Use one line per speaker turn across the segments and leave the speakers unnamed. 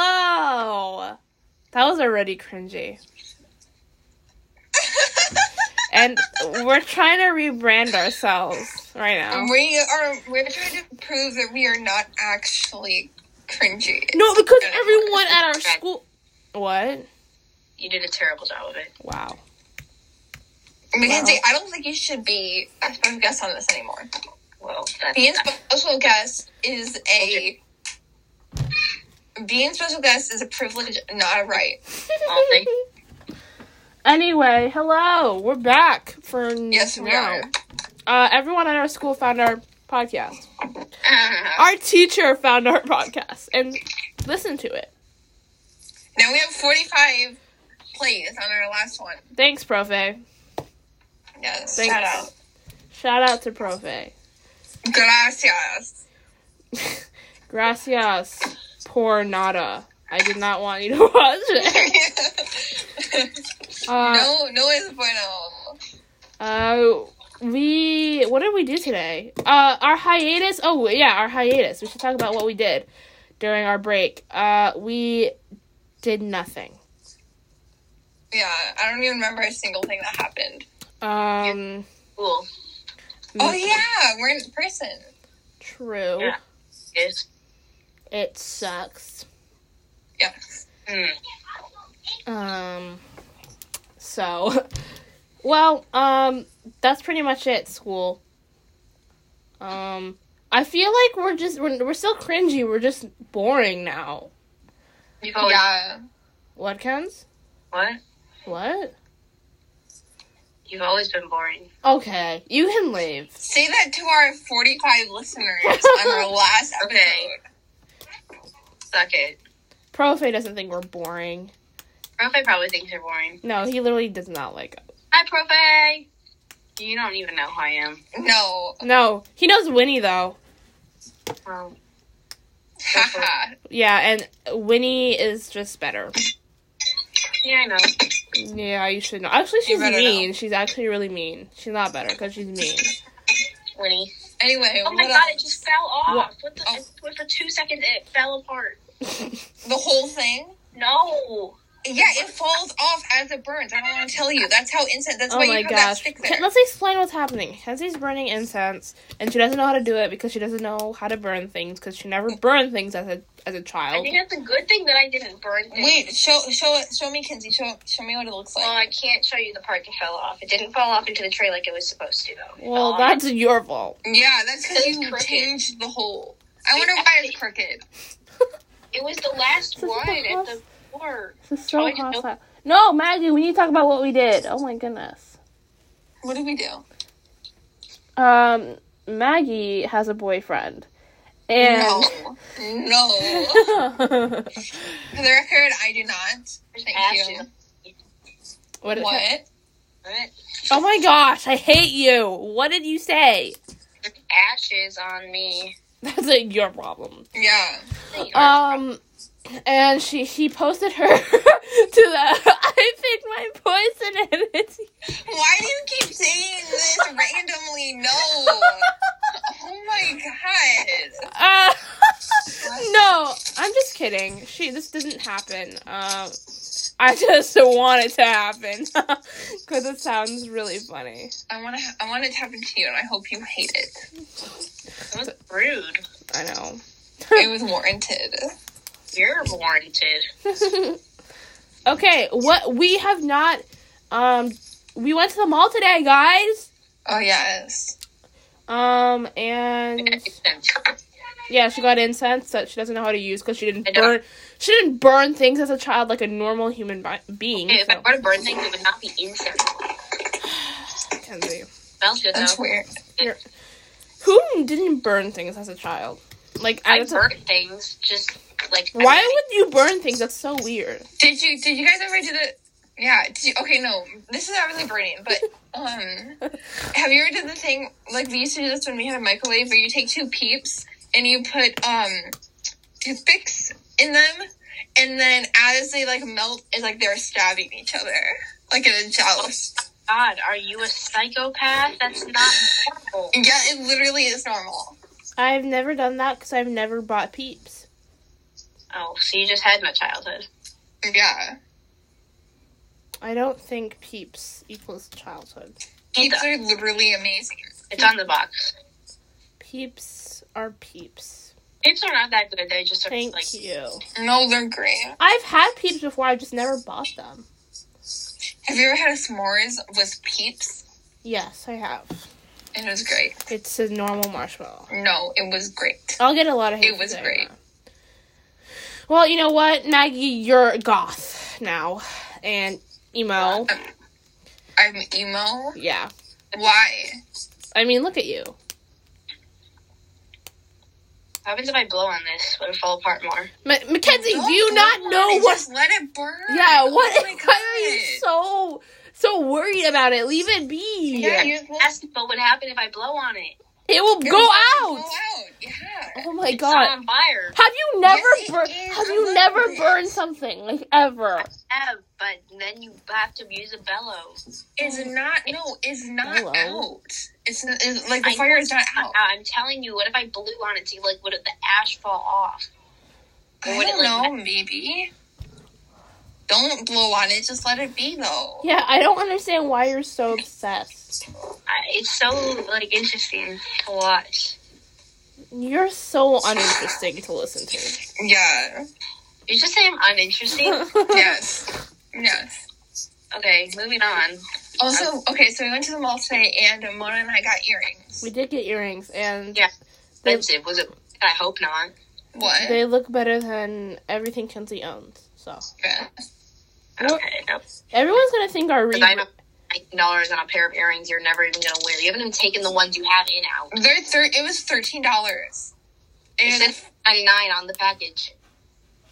Hello. That was already cringy. and we're trying to rebrand ourselves right now.
We are we're trying to prove that we are not actually cringy.
No, because everyone at our school. What?
You did a terrible job of it.
Wow.
Mackenzie, I don't think you should be a special guest on this anymore.
Well, that's
Being special guest is a being special guest is a privilege, not a right.
all thing.
Anyway, hello. We're back for
Yes, we
now.
are.
Uh, everyone at our school found our podcast.
Uh,
Ah,
Our teacher found our podcast and listened to it.
Now we have forty-five plays on our last one.
Thanks, Profe.
Yes,
Thanks.
shout out.
Shout out to Profe.
Gracias.
Gracias por nada. I did not want you to watch it. Uh,
no, no es bueno.
Uh, we what did we do today? Uh, our hiatus. Oh yeah, our hiatus. We should talk about what we did during our break. Uh, we did nothing.
Yeah, I don't even remember a single thing that happened.
Um,
cool.
Mm.
Oh yeah, we're in person.
true.
Yeah. Yes.
It sucks.
Yes.
Mm.
Um, so, well, um, that's pretty much it. School. Um, I feel like we're just we're, we're still cringy. We're just boring now.
You've always
yeah.
What counts?
what?
What?
You've always been boring.
Okay, you can leave.
Say that to our 45 listeners on our last episode.
Okay. Suck it.
Profe doesn't think we're boring.
Profe probably thinks you're boring.
No, he literally does not like us.
Hi, Profe. You don't even know who I am.
No.
No, he knows Winnie though.
Well,
Haha.
Yeah, and Winnie is just better.
yeah, I know.
Yeah, you should know. Actually, she's
better know.
mean. She's actually really mean. She's not better because she's mean.
Winnie.
anyway,
Oh my
what
god, it
else?
just fell off.
What?
What the?
Oh.
With the two seconds, it fell apart.
the whole thing?
No.
Yeah, it falls off as it burns. I don't want to tell you. That's how instant. That's
oh
why
my
you have that
gosh.
stick
Ke-
there.
Let's explain what's happening. Kenzie's burning incense, and she doesn't know how to do it because she doesn't know how to burn things because she never burned things as a as a
I
child.
think that's a good thing that I didn't burn things.
Wait, show show it. Show me, Kinsey. Show show me what it looks
Well,
like.
I can't show you the part that fell off. It didn't fall off into the tray like it was supposed to, though. It fell
Well,
off.
that's your fault.
Yeah, that's because
It's
you
crooked.
changed the hole. I wonder why it's crooked.
It was the last
This is
one
the
at
last-
the door.
This is so
Oh, I didn't know-
hostile. No, Maggie, we need to talk about what we did. Oh my goodness.
What did we do?
um Maggie has a boyfriend. And
No, no. For the record, I do not. Thank you.
what? did-
What?
Ashes.
Oh my gosh, I hate you. What did you say?
Ashes on me.
That's like your problem.
Yeah.
Um and she he posted her to the I picked my poison and it's
Why do you keep saying this randomly? No. Oh my god.
uh No, I'm just kidding. She this didn't happen. Um I just want it to happen because it sounds really funny.
I want to. I want it to happen to you, and I hope you hate it.
That was rude.
I know.
It was warranted.
You're warranted.
okay, what we have not um we went to the mall today, guys.
Oh yes.
Um and yeah, she got incense that she doesn't know how to use because she didn't
I know.
burn she didn't burn things as a child like a normal human bi- being.
If I
So,
were to burn things, it would not be incense.
Kenzie.
Smells good
That's
though.
weird.
Who didn't burn things as a child? Like
I
as a-
burn things just like. oh I
why
mean,
would you burn things? That's so weird.
Did you? Did you guys ever do the? Yeah. Did you? Okay. No. This is not really burning, but um, have you ever done the thing like we used to do this when we had a microwave, where you take two peeps and you put um toothpicks in them, and then as they like melt, it's like they're stabbing each other, like in a joust.
God, are you a psychopath? That's not normal.
Yeah, it literally is normal.
I've never done that because I've never bought peeps.
Oh, so you just had no childhood.
Yeah.
I don't think peeps equals childhood.
Peeps are literally amazing.
It's on the box.
Peeps are peeps.
Peeps are not that good. They just are
Thank
like
you.
No, they're great.
I've had peeps before, I just never bought them.
Have you ever had a s'mores with peeps?
Yes, I have.
It was great.
It's a normal marshmallow.
No, it was great.
I'll get a lot of hate.
It
for
was
saying
great.
that. Well, you know what, Maggie, you're goth now, and emo.
I'm emo.
Yeah,
Why?
I mean, look at you.
What happens if I blow on this? Would it fall apart more?
Ma- Mackenzie, do you
Don't
not
burn
know
it,
what?
Just let it burn.
Yeah, what?
Oh my
Why are you
God.
so so worried about it? Leave it be.
Yeah, you
Ask me what would happen if I blow on it.
It will
It
go
will
out.
Go out. Yeah.
Oh my
It's
god.
not on fire.
Have you never
it
bur-
is.
have
I
you
love
never
this.
burned something like ever?
Yeah, but then you have to use a bellow.
It's not. No, it's not
Hello?
out. It's, it's like the
I
fire
know
is not
it's
out.
I'm telling you, what if I blew on it? See, like, would it, the ash fall off? Or
I
would it,
don't
like,
know. Maybe. Don't blow on it. Just let it be though.
Yeah, I don't understand why you're so obsessed.
I, it's so like interesting to watch.
You're so uninteresting to listen to.
Yeah.
You just say I'm uninteresting.
Yes. yes.
okay, moving on.
Also, okay, so we went to the mall today, and Mona and I got earrings.
we did get earrings and
Yeah.
they,
Expensive was it? I hope not.
What?
they look better than everything Kenzie owns. So
Yeah.
Well-
Okay, no.
everyone's gonna think our re-
Because I know ninety dollars on a pair of earrings you're never even gonna wear. You haven't even taken the ones you have in out.
They're thir- it was thirteen dollars.
It
It,
said ninety nine on the package.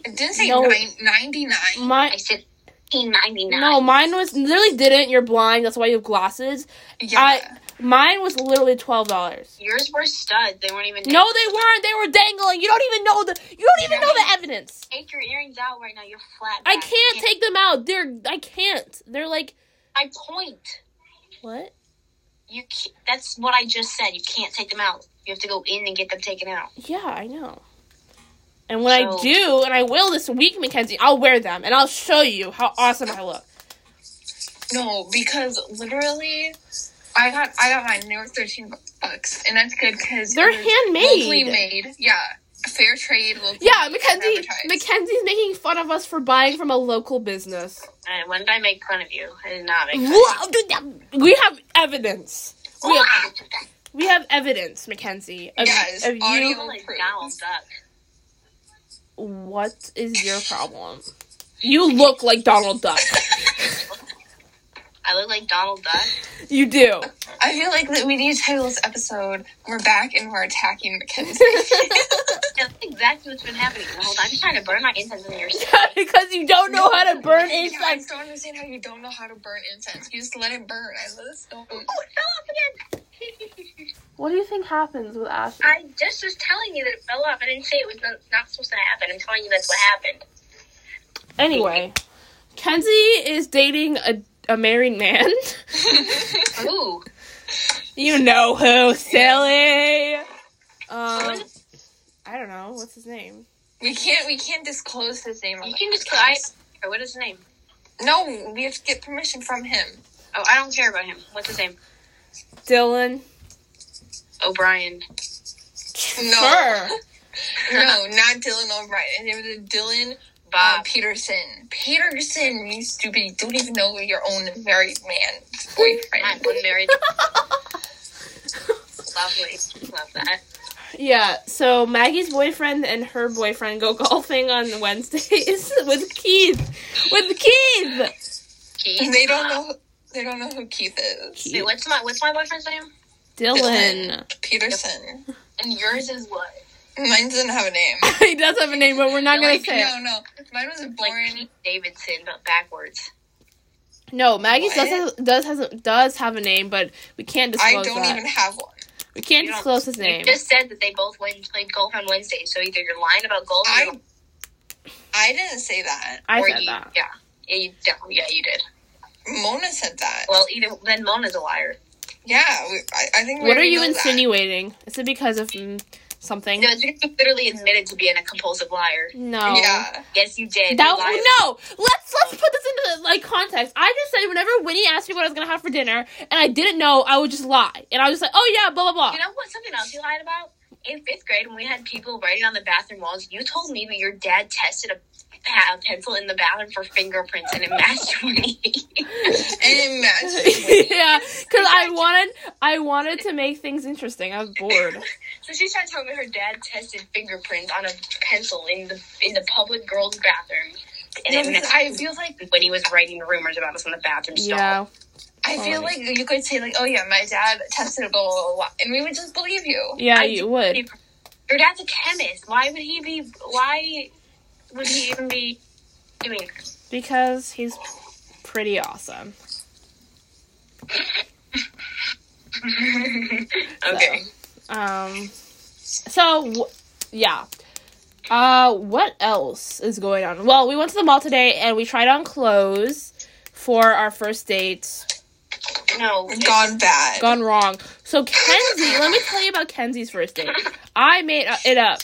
it didn't say
No.
nine ninety nine.
my
I said ninety nine.
no, mine was literally didn't. You're blind. That's why you have glasses.
Yeah.
I- Mine was literally twelve dollars.
yours were studs. They weren't even.
No, they weren't. They were dangling. You don't even know the. You don't even know the evidence.
Take your earrings out right now. You're flat.
I
back.
can't take them out. They're I can't. They're like
My point.
what?
You. ca that's what I just said. You can't take them out. You have to go in and get them taken out.
Yeah, I know. And when I
So-
do, and I will this week, Mackenzie, I'll wear them and I'll show you how awesome I look.
no, because literally, I got I got mine. and They were thirteen bu- bucks, and that's good because
They're
locally
handmade.
made. Yeah, fair trade. Locally
Yeah,
made,
Mackenzie
advertised.
Mackenzie's making fun of us for buying from a local business.
And when did I make fun of you? I did not make fun.
Whoa, dude, that- We have evidence.
of
We
you.
have, we have evidence, Mackenzie. Of,
Yes,
of you.
audio-
Like Donald Duck.
What is your problem? You look like Donald Duck.
I look like Donald Duck.
You do.
I feel like that we need to title this episode. We're back and we're attacking Mackenzie.
That's exactly what's been happening the whole time. I'm just trying to burn my incense in your
because you don't know how to burn
Yeah, I
incense.
just don't understand how you don't know how to burn incense. You just let it burn. I just don't.
Oh, it fell off again.
What do you think happens with Ashley?
I just was telling you that it fell off. I didn't say it was not, not supposed to happen. I'm telling you that's what happened.
Anyway, Kenzie is dating a, a married man.
Ooh.
you know who, silly. Um, I don't know what's his name.
we can't. We can't disclose his name. on
You
the
can just. I,
podcast.
what is his name?
No, we have to get permission from him.
Oh, I don't care about him. What's his name?
Dylan.
O'Brien.
Sure.
No, not Dylan O'Brien. It was a Dylan uh,
Ah.
Bob.
Peterson. Peterson, you stupid. You don't even know your own married man
Not
boyfriend.
one married. Lovely. Love that.
yeah. So Maggie's boyfriend and her boyfriend go golfing on Wednesdays with Keith. With Keith.
Keith.
they don't know. They don't know who Keith is.
Wait, what's my what's my boyfriend's name?
Dylan.
Peterson.
And yours is what?
Mine doesn't have a name.
he does have a name, but we're not gonna
Dylan,
say. it.
No, no. Mine was a
Like
born.
Pete Davidson, but backwards.
No, Maggie's does
What?
have, does has does have a name, but we can't
I
disclose
don't
that.
even have one.
We can't
You don't-
disclose his name.
You just said that they both went played golf on Wednesday, so either you're lying about
Oh,
golf or,
I I didn't say that.
I
or
said
you,
that.
yeah, yeah, you definitely, yeah, you did.
Mona said that.
Well, either then Mona's a liar.
Yeah, we, I, I think. We
What are
already
you
know that.
insinuating? Is it because of mm, something.
No, it's because you literally admitted to being a compulsive liar.
No.
Yeah.
Yes, you did.
That
You lied.
no. Let's let's put this into like context. I just said whenever Winnie asked me what I was gonna have for dinner, and I didn't know, I would just lie, and I was just like, "Oh yeah, blah blah blah."
You know what? Something else you lied about in fifth grade when we had people writing on the bathroom walls. You told me that your dad tested a, a pencil in the bathroom for fingerprints and it matched Winnie.
And imagine.
yeah, because I wanted I wanted to make things interesting. I was bored.
so she started telling me her dad tested fingerprints on a pencil in the in the public girls' bathroom. And
No,
it
because
matched
I feel like
when he was writing rumors about us in the bathroom stall.
Yeah,
I feel like you could say like, oh yeah, my dad tested a blah, blah, blah, and we would just believe you.
yeah,
I
you would.
Your dad's a chemist. Why would he be? Why would he even be doing? this?
Because he's pretty awesome.
okay.
Um, so w- yeah. Uh, what else is going on? Well, we went to the mall today and we tried on clothes for our first date.
No. it's-
Gone bad.
Gone wrong. So Kenzie, let me tell you about Kenzie's first date. I made uh, it up.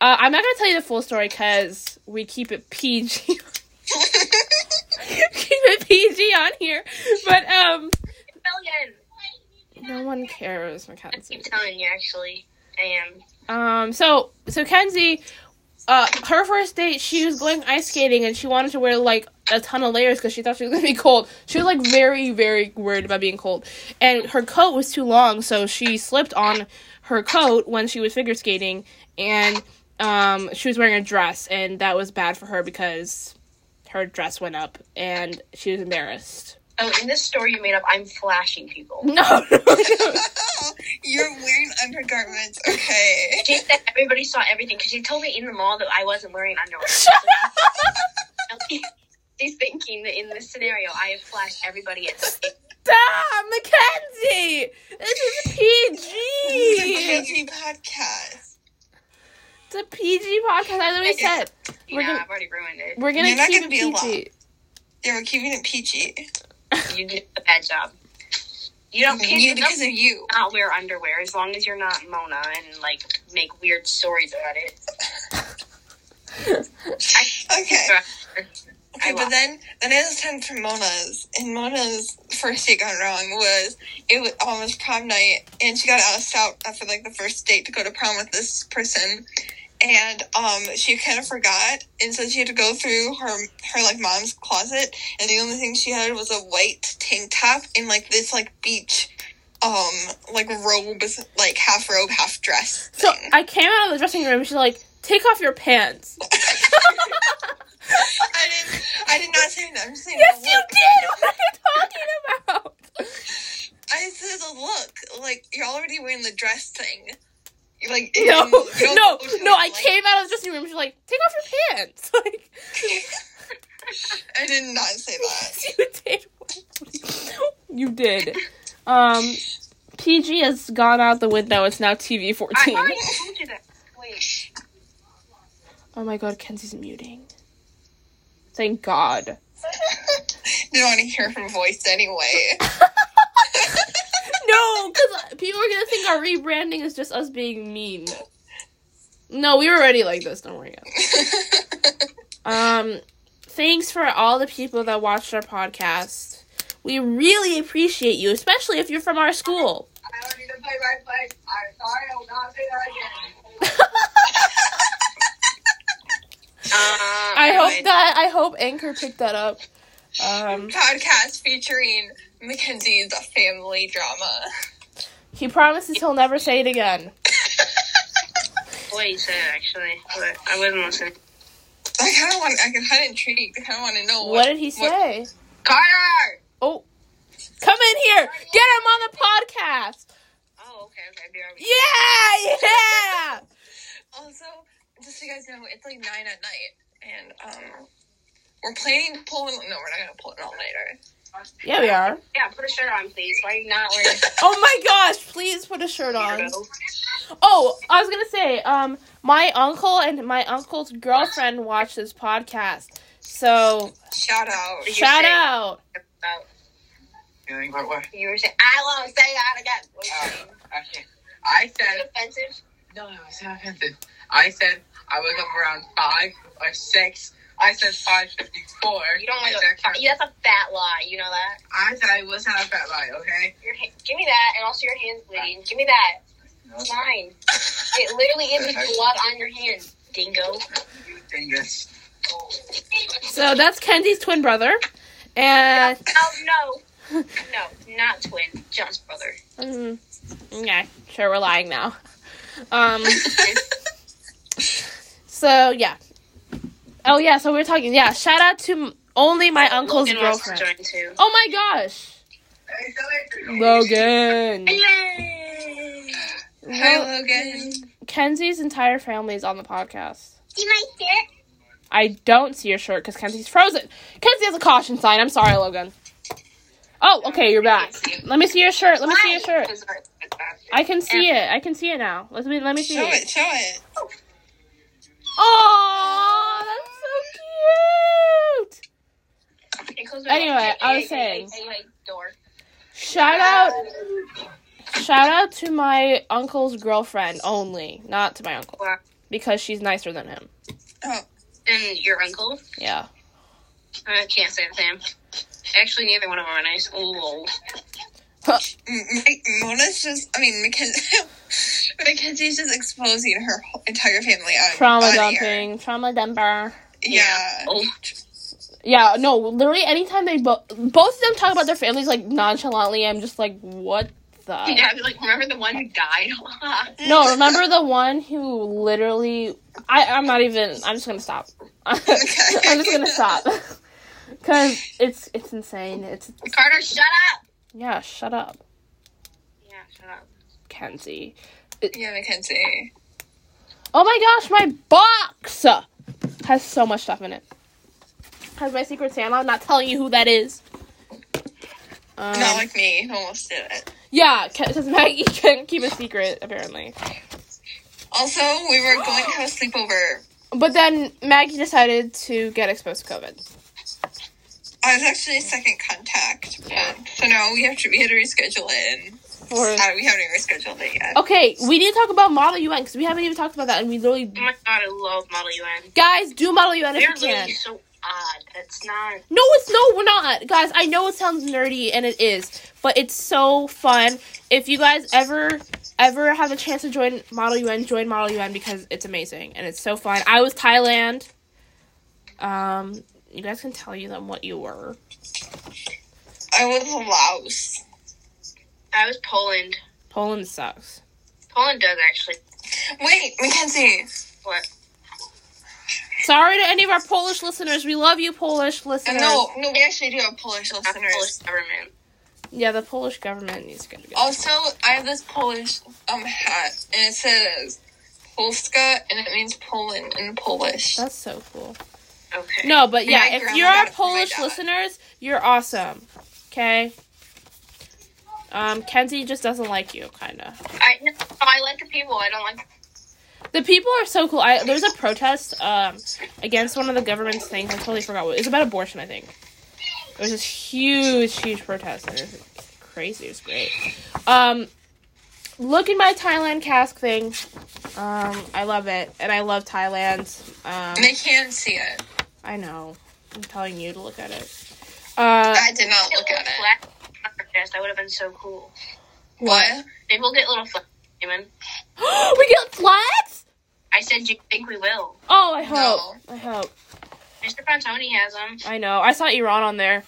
Uh, I'm not gonna tell you the full story because we keep it PG. keep it PG on here, but um,
Rebellion.
no one cares for
I
Kenzie.
keep telling you, actually, I am.
Um, so so Kenzie, uh, her first date, she was going ice skating and she wanted to wear like a ton of layers because she thought she was gonna be cold. She was like very very worried about being cold, and her coat was too long, so she slipped on her coat when she was figure skating, and um, she was wearing a dress, and that was bad for her because her dress went up and she was embarrassed.
Oh, in this story you made up, I'm flashing people.
No, no, no.
You're wearing undergarments, okay?
She said everybody saw everything because she told me in the mall that I wasn't wearing underwear. She's thinking that in this scenario, I have flashed everybody at the same
Stop, Mackenzie! This is PG.
It's a PG podcast.
It's a PG podcast. I literally said
You
We're
know,
gonna-
I've already ruined it.
we're gonna
You're not
keep
gonna
it
be a lot.
PG.
They were keeping it peachy.
You did a bad job. You don't kiss
You,
you
because of you.
not wear underwear as long as you're not Mona and like make weird stories about it.
Okay. Okay,
I
but
will.
then then it was time for Mona's, and Mona's first date gone wrong was it was almost prom night, and she got asked out after like the first date to go to prom with this person, and um she kind of forgot, and so she had to go through her her like mom's closet, and the only thing she had was a white tank top and like this like beach, um like robe like half robe half dress.
So
thing.
I came out of the dressing room. She's like, "Take off your pants."
I didn't I did not say that. I'm saying
Yes,
the
you
look.
did. What are you talking about?
I said, look, like you're already wearing the dress thing. You're like you
No,
don't- you don't
no,
go to
no.
the
I
light.
came out of the dressing room. She's like, "Take off your pants." Like,
I did not say that.
yes, you did. You did. Um, PG has gone out the window. It's now TV
I
fourteen.
already told you that. Wait.
Oh my god, Kenzie's muting. Thank God.
Didn't want to hear her voice anyway.
No, because people are gonna think our rebranding is just us being mean. No, we were already like this. Don't worry. Guys. Um, thanks for all the people that watched our podcast. We really appreciate you, especially if you're from our school.
I don't need to play by play. I'm sorry, I will not say that again.
Uh,
I hope
anyway.
that I hope Anchor picked that up. Um,
Podcast featuring Mackenzie's family drama.
he promises he'll never say it again.
What you said actually, but I wasn't listening.
I kind of want. I am kind of intrigued. I kind of want to know
What did he say?
Carter.
Oh, come in here. Get him on the podcast.
Oh, okay, okay, be right back.
Yeah, yeah.
Also, just so you guys know, it's like nine at night, and um, we're planning to pull. An, no, we're not gonna pull an all nighter.
Yeah, we are.
Yeah, put a shirt on, please. Why are you not wearing
Oh my gosh, please put a shirt
a
on.
weirdo?
Oh, I was gonna say, um, my uncle and my uncle's girlfriend watch this podcast. So
Shout out.
shout out.
About-
Feeling what way?
Oh. You were saying I won't say that again.
I said
Offensive.
No, no, it's not offensive. I said I was up around five or six. I said five fifty four.
You don't want to. Yeah, that's a fat lie. You know that.
I said I was not a fat lie. Okay.
Your ha- give me that, and also your hands bleeding. Give me that.
No,
Mine. It literally is blood on your hand, dingo.
you dingus.
So that's Kenzie's twin brother. And
Oh no, no, not twin, John's brother.
mm, okay, sure we're lying now. Um so yeah. Oh yeah, so we are talking. Yeah, shout out to m- only my uncle's
Logan wants to
girlfriend.
join too.
Oh my gosh. Logan.
Yay!
Lo-
Logan.
Kenzie's entire family is on the podcast.
See my shirt?
I don't see your shirt because Kenzie's frozen. Kenzie has a caution sign. I'm sorry, Logan. Oh, okay, you're back. Let me see your shirt. Let me see your shirt. I can see it. I can see it now. Let me let me see
Show
it.
it, show it.
Oh, that's so cute. Anyway, I was saying-
Anyway, door.
Shout out Shout out to my uncle's girlfriend only, not to my uncle. Because she's nicer than him.
Oh,
And your uncle?
Yeah.
I can't say the same. Actually, neither one of them are nice. Lol.
M- M- Mona's just, I mean, Mackenzie, Mackenzie's just exposing her whole entire family out of
Trauma
on air.
dumping. Trauma dumper.
Yeah.
Oh,
Yeah, no, literally anytime they both both of them talk about their families like nonchalantly, I'm just like, what the
yeah. I was like, remember the one who died?
No, remember the one who literally I, I'm not even I'm just gonna stop. I'm just gonna stop. Cause it's it's insane. It's
Carter, shut up.
yeah, shut up,
Yeah, shut up.
Kenzie.
Yeah, Mackenzie.
Oh my gosh, my box has so much stuff in it. Has my secret Santa? I'm not telling you who that is. Um,
Not like me, who almost did it.
yeah, because Maggie can't keep a secret apparently.
Also, we were going to have a sleepover.
But then Maggie decided to get exposed to COVID.
I was actually second contact.
Yeah.
But, so now we have to, we had to reschedule it. And,
For
uh, we haven't even rescheduled it yet.
okay, we need to talk about Model UN because we haven't even talked about that, and we literally
Oh my god, I love Model UN.
guys do Model UN if
They're
you can.
literally so odd. That's not.
No, it's no, we're not, guys. I know it sounds nerdy, and it is, but it's so fun. If you guys ever, ever have a chance to join Model UN, join Model UN because it's amazing and it's so fun. I was Thailand. Um, you guys can tell you them what you were.
I was Laos.
I was Poland.
Poland sucks.
Poland does actually.
Wait, Mackenzie.
What?
Sorry to any of our Polish listeners. We love you, Polish
Uh,
listeners.
No, no, we actually do have Polish
Not the Polish
listeners.
government.
Yeah, the Polish government needs to get together.
Also, I have this Polish um hat, and it says Polska, and it means Poland in Polish.
That's so cool.
Okay.
No, but yeah,
My
if
grandma
you're
got
our
it from my
Polish
dad.
listeners, you're awesome. Okay. Um, Kenzie just doesn't like you, kind of.
I no, I like the people. I don't like.
The people are so cool. I there's a protest um against one of the government's things. I totally forgot what it's about abortion. I think it was this huge, huge protest. And it was crazy. It was great. Um, look at my Thailand cask thing. Um, I love it, and I love Thailand. Um,
They can see it.
I know. I'm telling you to look at it. Uh,
I did not look at it.
Black podcast. That would have been so cool.
What?
Maybe we'll get little flack. Damon.
we get flats?
I said you think we will.
Oh, I hope. I hope.
Mr. Pontoni has them.
I know. I saw Iran on there.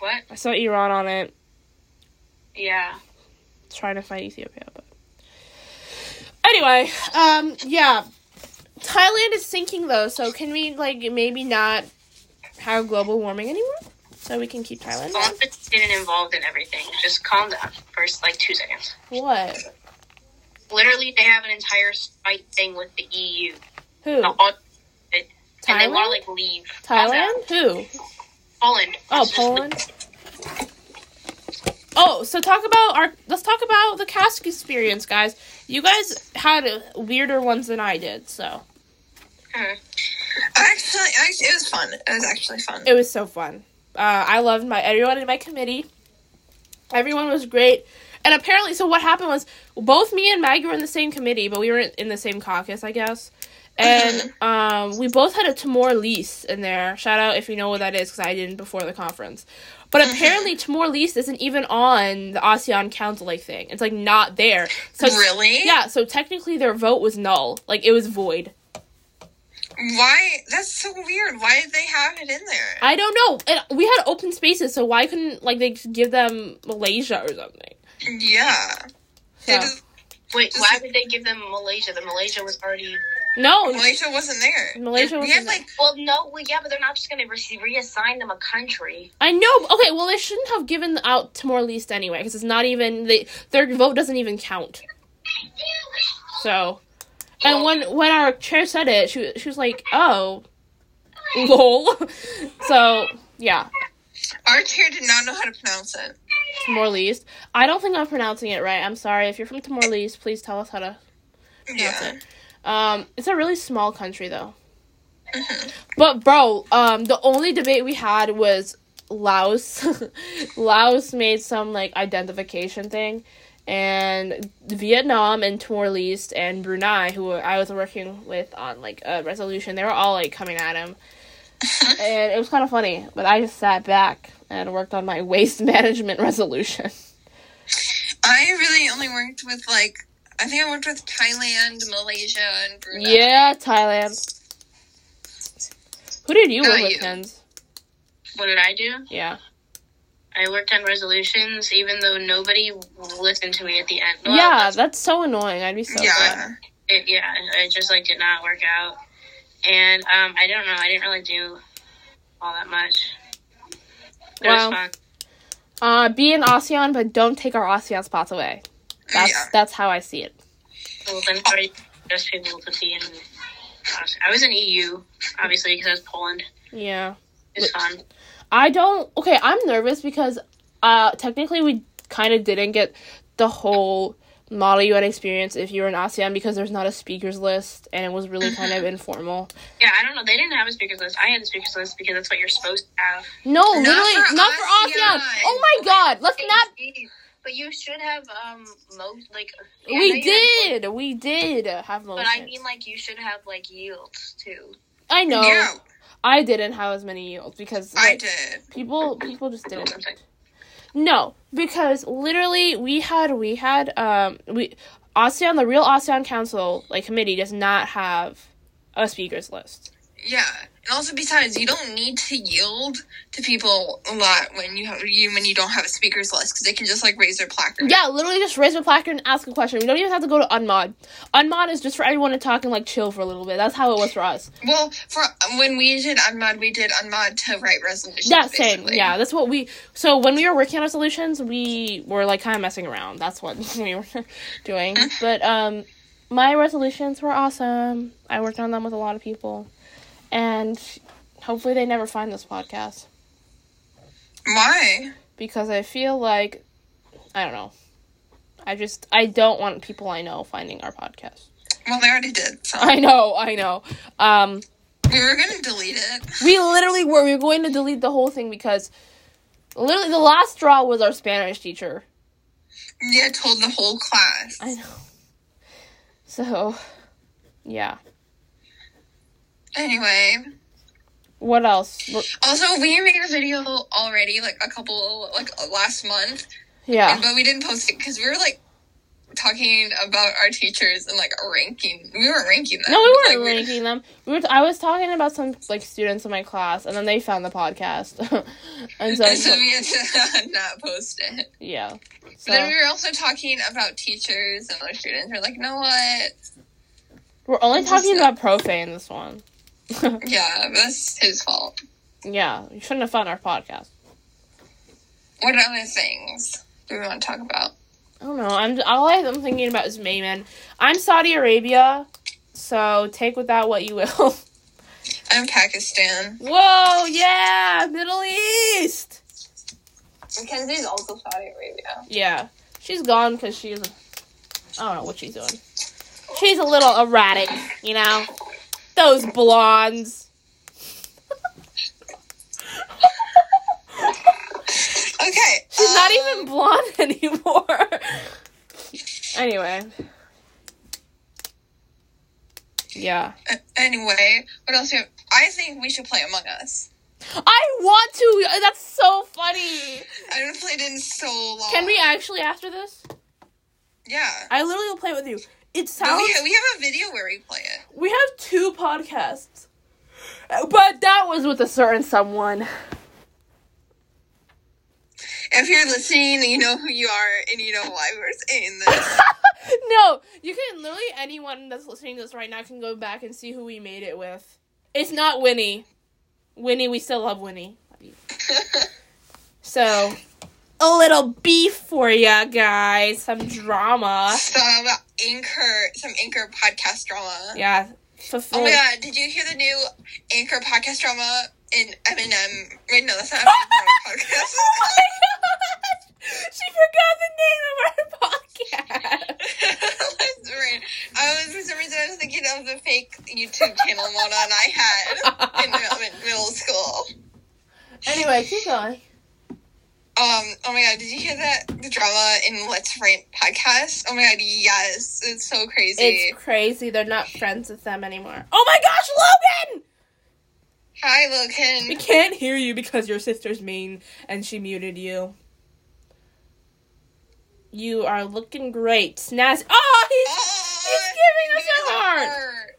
What?
I saw Iran on it.
Yeah.
Trying to find Ethiopia, but anyway, um, yeah. Thailand is sinking though, so can we like maybe not have global warming anymore? So we can keep Thailand.
Well, if it's getting involved in everything, just calm down first, like two seconds.
What?
Literally, they have an entire spite thing with the EU.
Who?
No, all- and they want to
Thailand?
like leave.
Thailand? Who?
Poland.
Oh,
It's just, like,
Poland. Oh, so talk about our. Let's talk about the cask experience, guys. You guys had uh, weirder ones than I did, so
Actually, actually, it was fun. It was actually fun.
it was so fun. Uh, I loved my everyone in my committee. Everyone was great. And apparently, so what happened was both me and Maggie were in the same committee, but we weren't in the same caucus, I guess. And
Mm-hmm.
um, we both had a Timor Leste in there. Shout out if you know what that is, because I didn't before the conference. But
Mm-hmm.
apparently, Timor Leste isn't even on the ASEAN Council like thing. It's like not there. So
Really?
yeah. So technically, their vote was null. Like it was void.
Why? That's so weird. Why did they have it in there?
I don't know. And we had open spaces, so why couldn't like they give them Malaysia or something?
yeah.
So,
It is-
Wait, why would they give them Malaysia? The Malaysia was already.
no,
Malaysia wasn't there.
Malaysia
we
wasn't
had
there.
like
Well, no, well, yeah, but they're not just going to re- reassign them a country.
I know. Okay, well they shouldn't have given out Timor Leste anyway because it's not even they their vote doesn't even count. So, and when when our chair said it, she she was like, "Oh, lol." so yeah,
our chair did not know how to pronounce it.
Timor Leste. I don't think I'm pronouncing it right. I'm sorry. If you're from Timor Leste, please tell us how to pronounce
Yeah.
it. Um, it's a really small country though.
Mm-hmm.
But bro, um, the only debate we had was Laos. Laos made some like identification thing, and Vietnam and Timor Leste and Brunei, who I was working with on like a resolution, they were all like coming at him,
Mm-hmm.
and it was kind of funny. But I just sat back and worked on my waste management resolution.
I really only worked with like I think I worked with Thailand, Malaysia, and Brunei.
yeah, Thailand. Who did you
Not
work with,
you.
Kenz?
What did I do?
Yeah.
I worked on resolutions, even though nobody listened to me at the end. Well,
yeah, that's so annoying. I'd be so
yeah.
glad.
it, yeah, it just like did not work out, and um, I don't know, I didn't really do all that much. But it
Wow.
was fun.
Uh, be an ASEAN, but don't take our ASEAN spots away. That's
Yeah.
that's how I see it.
Well, then probably best people to be in. I was in EU, obviously, because I was Poland.
Yeah,
It was fun.
I don't. Okay, I'm nervous because uh, technically we kind of didn't get the whole model UN experience if you were an ASEAN because there's not a speakers list and it was really kind of informal.
Yeah, I don't know. They didn't have a speakers list. I had a speakers list because that's what you're supposed to have.
No, literally
for
not for ASEAN.
ASEAN.
Oh my God, let's not.
But you should have um most like yeah, I know
We
you had-
did, we did have most.
But I mean, like you should have like yields too.
I know
Yeah,
I didn't have as many yields because
I
like,
did.
people people just didn't.
Something.
No, because literally we had we had um we ASEAN the real ASEAN Council like committee does not have a speakers list.
Yeah. And also besides, you don't need to yield to people a lot when you have you when you don't have a speakers list because they can just like raise their placard.
Yeah, literally just raise your placard and ask a question. We don't even have to go to unmod. Unmod is just for everyone to talk and like chill for a little bit. That's how it was for us.
Well, for when we did unmod, we did unmod to write resolutions.
Yeah, same.
basically.
Yeah, that's what we. So when we were working on our solutions, we were like kind of messing around. That's what we were doing. But um, my resolutions were awesome. I worked on them with a lot of people, and hopefully they never find this podcast
Why?
because I feel like I don't know. I just I don't want people I know finding our podcast.
Well, they already did. So
I know, I know. Um,
we were gonna delete it.
we literally were we were going to delete the whole thing because literally the last straw was our Spanish teacher.
Yeah, told the whole class.
I know. So, yeah.
Anyway,
What else? Look-
also we made a video already, like a couple, like last month,
Yeah.
but we didn't post it because we were like talking about our teachers and like ranking. We weren't ranking them.
No, we
but,
weren't
like,
ranking them. We were. T- I was talking about some like students in my class, and then they found the podcast, and so,
And so we had to not post it.
yeah.
But then
So
we were also talking about teachers and other students. We're like, you know what?
we're only
Just-
talking about profane in this one.
Yeah, that's his fault.
Yeah, you shouldn't have found our podcast.
What other things do we want to talk about?
I don't know. I'm all I'm thinking about is Mayman. I'm Saudi Arabia, so take with that what you will.
I'm Pakistan.
Whoa, yeah, Middle East.
Mackenzie's also Saudi Arabia.
Yeah, she's gone because she's. I don't know what she's doing. She's a little erratic, you know. Those blondes.
Okay.
She's
um,
not e-, even blonde anymore. anyway. Yeah.
Uh, anyway, what else? do you have? I think we should play Among Us.
I want to. uh, That's so funny.
I haven't played in so long.
Can we actually after this?
Yeah.
I literally will play with you. It
No,
sounds
we, ha- Oh, we have a video where we play it.
we have two podcasts. Uh, But that was with a certain someone.
If you're listening, you know who you are, and you know why we're saying this.
No, you can literally anyone that's listening to this right now can go back and see who we made it with. It's not Winnie. Winnie, we still love Winnie. Love you. So, a little beef for ya guys. Some drama.
some anchor, some anchor podcast drama.
Yeah.
Oh my
Fulfill-
god! Did you hear the new anchor podcast drama in Eminem? Wait, no, that's not Eminem podcast.
Oh my gosh! She forgot the name of our podcast.
That's right. I was for some reason I was thinking of the fake YouTube channel Mona and I had in mid- middle school.
Anyway, keep going.
Um, oh my god, did you hear that the drama in Let's Rant podcast? Oh my god, yes, it's so crazy.
It's crazy. They're not friends with them anymore. Oh my gosh, Logan!
Hi,
We
Logan.
can't hear you because your sister's mean and she muted you. You are looking great. Snaz. Oh, he's.
Oh,
giving us a
us
heart.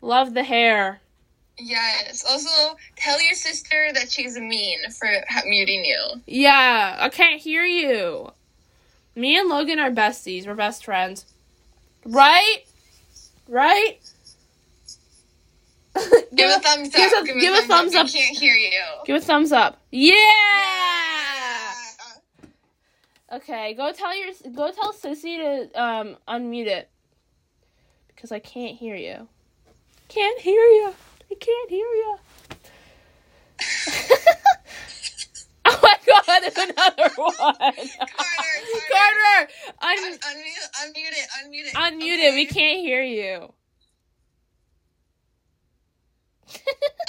Love the hair.
Yes. Also, tell your sister that she's mean for ha- muting you.
Yeah, I can't hear you. Me and Logan are besties. We're best friends. Right? Right?
Give
give,
a thumbs up.
give a- give a thumbs up.
We can't hear you. Uh,
give a thumbs up. Yeah!
Yeah.
Okay, go tell your go tell Sissy to um unmute it because I can't hear you. Can't hear you. I can't hear you. oh my god, another one.
Carter,
Carter,
Un-
un-
unmute, unmute it, unmute it.
unmute
okay?
it. We can't hear you.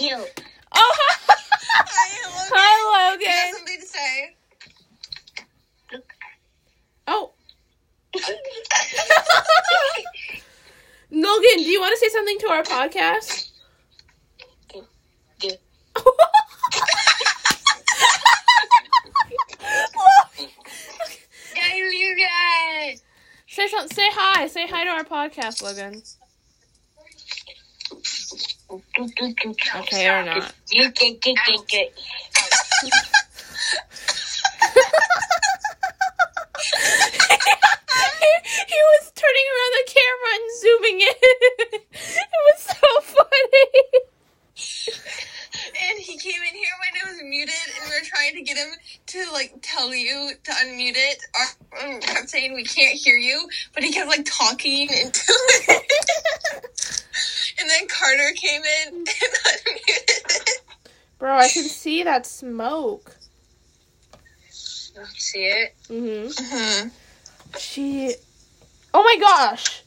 You.
Oh,
Hi,
hi
Logan. You have
Logan.
something to say?
Oh, Logan, do you want to say something to our podcast?
Yeah. Guys, you guys.
Say some, say hi. Say hi to our podcast, Logan. Okay, or not.
You get, get, get, get.
he was turning around the camera and zooming in. it was so funny.
And he came in here when it was muted, and we were trying to get him to like tell you to unmute it. Or um, kept saying we can't hear you, but he kept like talking into it. and then Carter came in and unmuted it.
Bro, I can see that smoke.
See it?
Mhm.
Mm-hmm.
She. Oh my gosh.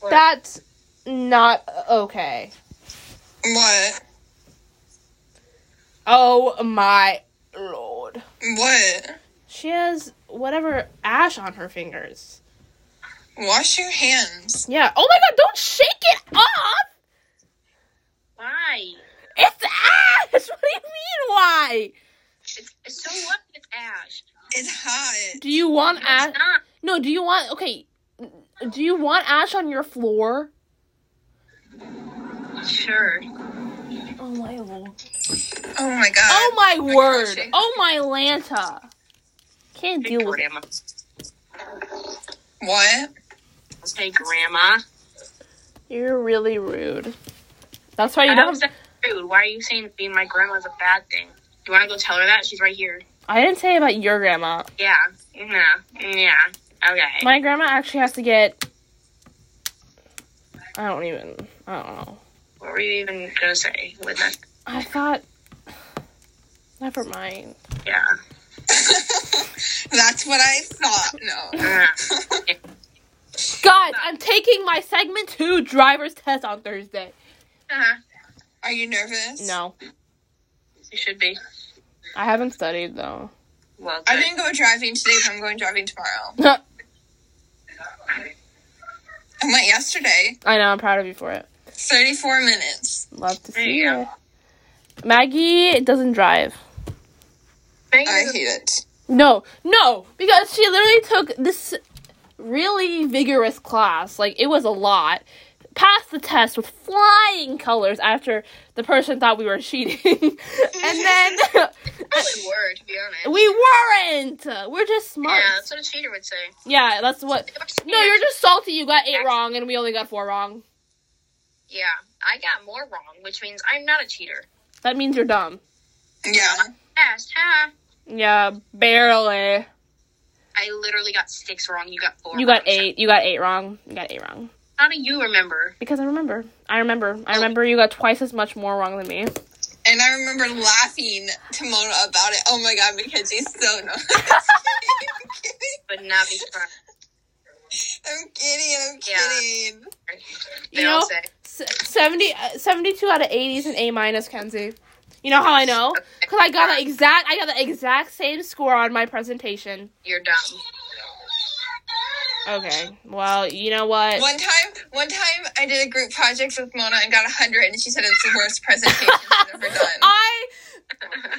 What?
That's not okay.
What?
Oh my lord.
What?
She has whatever ash on her fingers.
Wash your hands.
Yeah. Oh my god, don't shake it off.
Why?
It's ash. What do you mean why?
It's, it's so what? It's ash.
It's hot.
Do you want ash?
It's not.
No, do you want okay? Do you want ash on your floor?
Sure.
Oh my lord!
Oh my god.
Oh my word!
gosh.
Oh my lanta! Can't
Hey,
deal with it.
grandma.
What?
Hey, grandma.
You're really rude. That's why you
I was
don't.
saying rude. Why are you saying being my grandma is a bad thing? You want to go tell her that? She's right here.
I didn't say about your grandma.
Yeah. Yeah. Yeah. Okay.
My grandma actually has to get. I don't even. I don't know.
what were you even gonna say with that?
I thought. Never mind.
Yeah.
That's what I thought. No.
Uh,
God, I'm taking my segment two driver's test on Thursday.
uh-huh.
Are you nervous?
No.
You should be.
I haven't studied though.
Well,
I didn't go driving today, but I'm going driving tomorrow.
I
I went yesterday,
know. I'm proud of you for it.
34 minutes.
Love to
There
see
you go.
it. Maggie doesn't drive.
thank
I
you.
hate it.
No, no, because she literally took this really vigorous class. Like it was a lot. Passed the test with flying colors after the person thought we were cheating, and then
Probably were, to be honest.
we weren't. We're just smart.
Yeah, that's what a cheater would say.
yeah, that's what No, you're just salty. You got eight wrong, and we only got four wrong.
Yeah, I got more wrong, which means I'm not a cheater.
That means you're dumb.
Yeah.
Fast, huh?
Yeah, barely.
I literally got six wrong. You got four.
You got
wrong.
eight. You got eight wrong. You got eight wrong.
How do you remember? Oh.
Because I remember. I remember. I remember you got twice as much more wrong than me.
And I remember laughing to Mona about it. Oh my god, Mackenzie's so nice.
But not be fun.
I'm kidding. I'm
Yeah.
kidding.
They
You
all
know-
say.
S- 70, uh, 72 out of 80 is an A minus, Kenzie. You know how I know? Because I got the exact, I got the exact same score on my presentation.
You're dumb.
Okay. Well, you know what?
One time, one time, I did a group project with Mona and got a hundred, and she said it's the worst presentation she's ever done.
I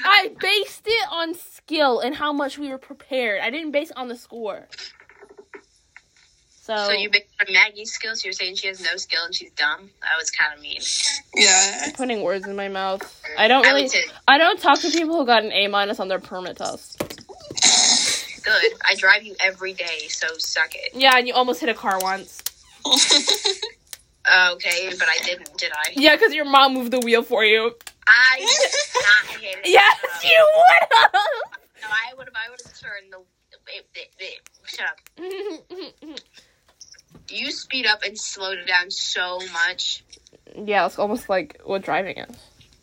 I based it on skill and how much we were prepared. I didn't base it on the score. So,
So you based it on Maggie's skills. You're saying she has no skill and she's dumb. That was kind of mean.
Yeah.
putting words in my mouth. I don't
I
really.
would say
I don't talk to people who got an A minus on their permit test.
good. I drive you every day, so suck it.
Yeah, and you almost hit a car once.
okay, but I didn't, did I?
Yeah, because your mom moved the wheel for you.
I did not hit it.
Yes, you
No, I would have. I would have turned the. It, it, it, shut up.
would
You speed up and slowed it down so much.
have. yeah, it's almost like what driving is.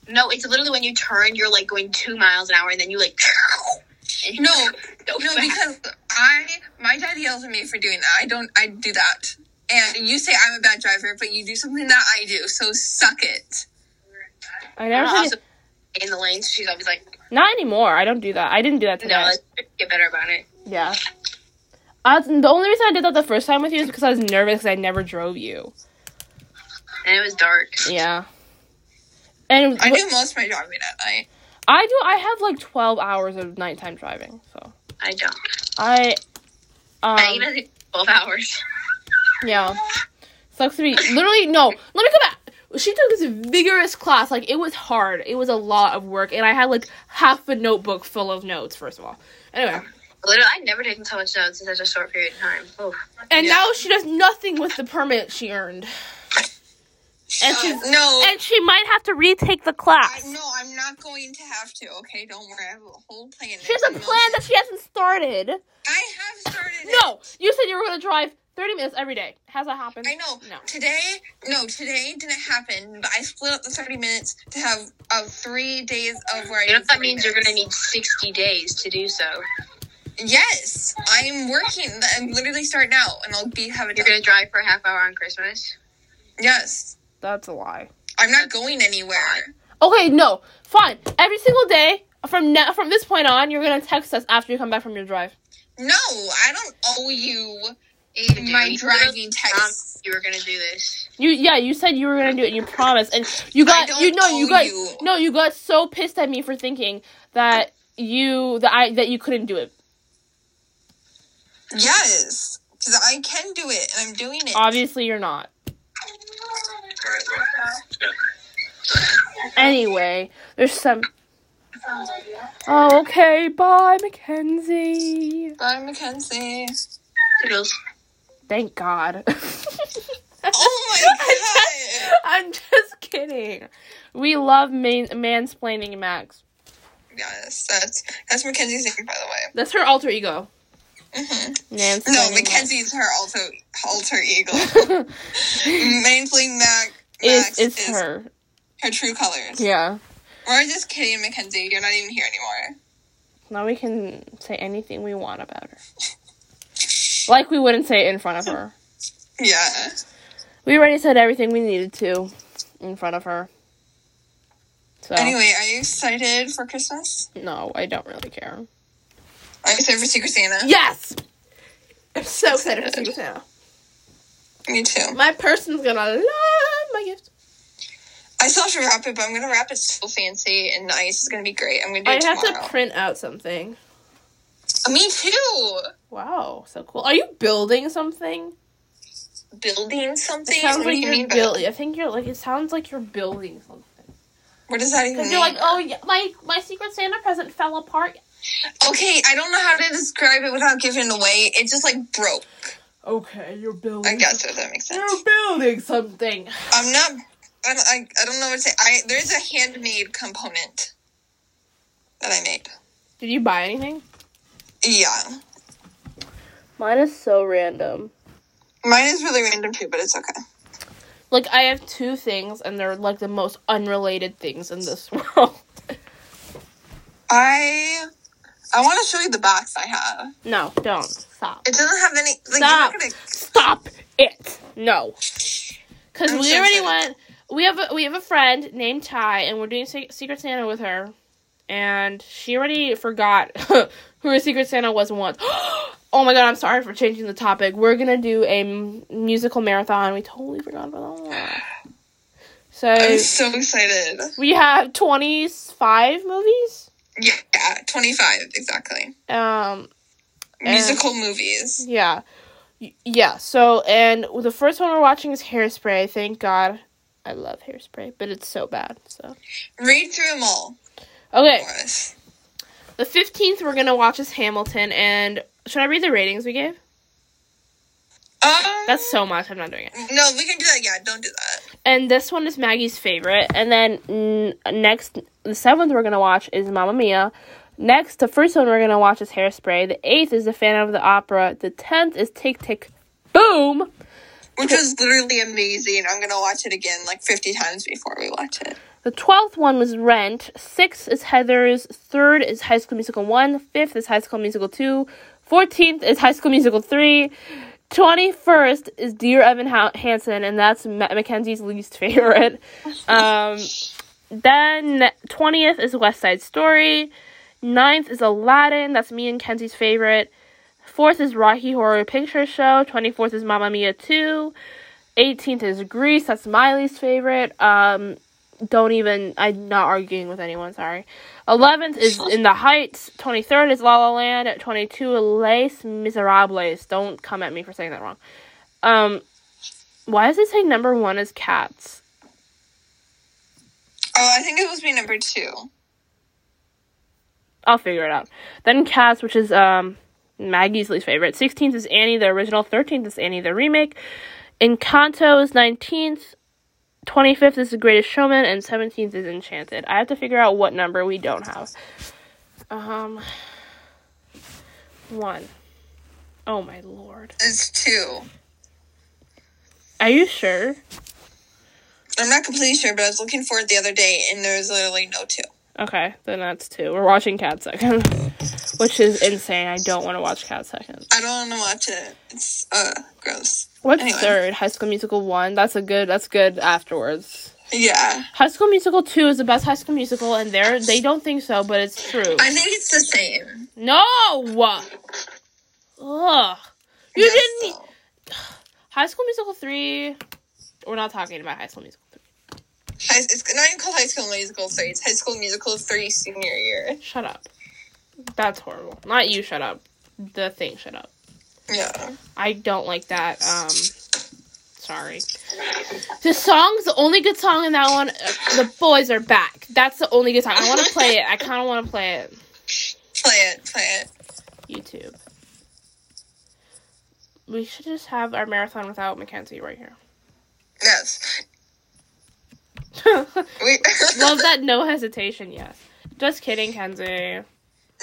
No, it's literally when you turn, you're like going two miles an hour, and then you like. and
No,
so
no,
fast.
because I, my dad yells at me for doing that. I don't. I do that. And you say I'm a bad driver, but you do something that I do. So suck it.
I
And
never.
also,
did-
in the lanes, she's always like,
not anymore. I don't do that. I didn't do that today.
"No, let's get better about it."
Yeah. I, the only reason I did that the first time with you is because I was nervous because I never drove you.
And it was dark.
Yeah. And
I
I do.
do most of my driving at night.
I have like twelve hours of nighttime driving, so
I don't.
I. Um,
I even think twelve hours.
yeah. Sucks to be literally no. Let me go back. She took this vigorous class. Like it was hard. It was a lot of work, and I had like half a notebook full of notes. First of all, anyway,
Literally, I've never taken so much notes in such a short period of time. Oof.
and
Yeah.
now she does nothing with the permit she earned, and she's
No.
and she might have to retake the class.
I, no, I'm not going to have to. Okay, don't worry. I have a whole plan.
She has a plan that she hasn't started.
I have started. it.
No, you said you were gonna drive 30 minutes every day. Has that happened?
I know.
No.
Today, no, today didn't happen. But I split up the thirty minutes to have uh, three days of where I.
You know
did
that
30
means you're gonna
minutes.
need sixty days to do so.
Yes, I'm working. I'm literally starting out, and I'll be having.
You're gonna drive for a half hour on Christmas.
Yes,
That's a lie.
I'm not going anywhere.
Okay, no, fine. Every single day from now, from this point on, you're gonna text us after you come back from your drive.
No, I don't owe you
You do.
my
You literally
driving
promised
texts.
You were gonna do this.
You yeah, you said you were gonna do it. and You promised, and you got
don't
you know you
owe
got
you.
no you got so pissed at me for thinking that you that I that you couldn't do it.
Yes, because I can do it, and I'm doing it.
Obviously, you're not. Anyway, there's some. Oh, okay. Bye, Mackenzie.
Bye, Mackenzie.
Toodles.
Thank God.
Oh my god.
I'm just kidding. We love man- mansplaining Max.
Yes, that's that's Mackenzie's name, by the way.
That's her alter ego. Mansplaining
Mm-hmm. No,
Max.
Mackenzie's her also alter ego. Mainly Mac.
is,
Max
is her.
her true colors.
Yeah.
We're just kidding, Mackenzie. You're not even here anymore.
Now we can say anything we want about her. Like we wouldn't say it in front of her.
Yeah.
We already said everything we needed to in front of her. So
Anyway, are you excited for Christmas?
no, I don't really care.
Are you excited for Secret Santa?
Yes, I'm so excited for Secret Santa.
Me too.
My person's gonna love my gift.
I still have to wrap it, but I'm gonna wrap it so fancy and nice. It's gonna be great. I'm gonna do
I
it
have
tomorrow.
to print out something.
Me too.
Wow, so cool. Are you building something?
Building something.
It sounds
what do
like
you
you're
mean? by
building. I think you're like. It sounds like you're building something.
that? What does that even
Because
mean?
you're like, oh yeah, my my Secret Santa present fell apart.
okay, I don't know how to describe it without giving it away. It just like broke.
Okay, you're building.
I guess if that makes sense.
You're building something.
I'm not. I don't, I, I don't know what to say. I there is a handmade component that I made.
Did you buy anything?
Yeah,
Mine is so random.
mine is really random too, but it's okay.
Like I have two things, and they're like the most unrelated things in this world.
I I want to show you the box I have.
no, don't stop.
It doesn't have any. Like, you're
Stop.
not gonna-
Stop it. No. Because
I'm
we
so
already
excited.
went. We have a, we have a friend named Ty, and we're doing Se- Secret Santa with her, and she already forgot who her Secret Santa was once. oh my god! I'm sorry for changing the topic. We're gonna do a m- musical marathon. We totally forgot about that. one. So
I'm so excited.
we have 25 movies.
Yeah, 25 exactly.
Um. And-
Musical movies.
Yeah. Y- Yeah, so, and the first one we're watching is Hairspray. Thank God. I love Hairspray, but it's so bad, so.
Read through them all
Okay,
for us.
the 15th we're gonna watch is Hamilton, and should I read the ratings we gave?
Um,
That's so much, I'm not doing it.
no, we can do that. Yeah, don't do that.
And this one is Maggie's favorite, and then mm, next, the 7th we're gonna watch is Mamma Mia. Next, the first one we're gonna watch is Hairspray. The 8th is The Phantom of the Opera. The 10th is Tick Tick Boom.
Which was literally amazing. I'm gonna watch it again like 50 times before we watch it.
The twelfth one was Rent. Sixth is Heather's. Third is High School Musical One. Fifth is High School Musical Two. Fourteenth is High School Musical Three. Twenty-first is Dear Evan ha- Hansen, and that's Ma- Mackenzie's least favorite. Um, then twentieth is West Side Story. Ninth is Aladdin. That's me and Kenzie's favorite. Fourth is Rocky Horror Picture Show. Twenty-fourth is Mamma Mia Two. 18th is Greece. That's my least favorite. Um, don't even I'm not arguing with anyone, sorry. Eleventh is In the Heights, twenty third is La La Land, twenty two Les Miserables. Don't come at me for saying that wrong. Um why is it saying number one is cats?
Oh, I think it was me number two.
I'll figure it out. Then Cats, which is um Maggie's least favorite. Sixteenth is Annie, the original. Thirteenth is Annie, the remake. Encanto is nineteenth. Twenty fifth is The Greatest Showman, and seventeenth is Enchanted. I have to figure out what number we don't have. Um, one. Oh my lord.
It's two.
Are you sure?
I'm not completely sure, but I was looking for it the other day and there was literally no two.
Okay, then that's two. We're watching Cat Second, which is insane. I don't want to watch Cat Second.
I don't want to watch it. It's uh gross.
What's
Anyway.
third? High School Musical one. That's a good. That's good afterwards.
Yeah.
High School Musical two is the best High School Musical, and they're they don't think so, but it's true.
I think it's the same.
no. Ugh. You
Yes,
didn't. e-,
though.
High School Musical three. We're not talking about High School Musical three.
High- It's not even called High School Musical 3. It's High School Musical 3 senior year.
Shut up. That's horrible. Not you. Shut up. The thing. Shut up.
Yeah.
I don't like that. Um, sorry. The song's the only good song in that one. uh, The boys are back. That's the only good song. I want to play it. I kind of want to play it.
Play it. Play it.
YouTube. We should just have our marathon without Mackenzie right here.
Yes.
Love
We-
that no hesitation. Yes. Just kidding, Kenzie.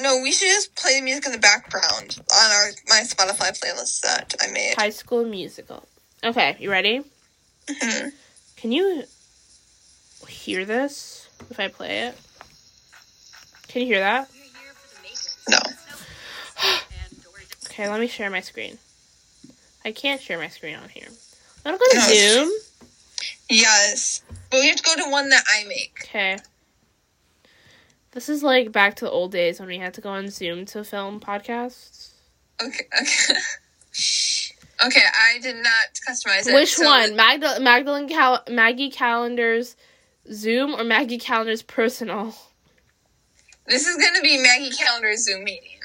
no, we should just play the music in the background on our my Spotify playlist that I made.
High School Musical. Okay, you ready?
Mhm.
Can you hear this if I play it? Can you hear that?
No.
Okay, let me share my screen. I can't share my screen on here. I don't go to
Yes.
Zoom.
Yes. But we have to go to one that I make.
Okay. This is like back to the old days when we had to go on Zoom to film podcasts.
Okay, okay. Okay, I did not customize it.
Which
so-
one, Magda- Magdalene Cal- Maggie Calendar's Zoom or Maggie Calendar's personal?
This is gonna be Maggie Calendar's Zoom meeting.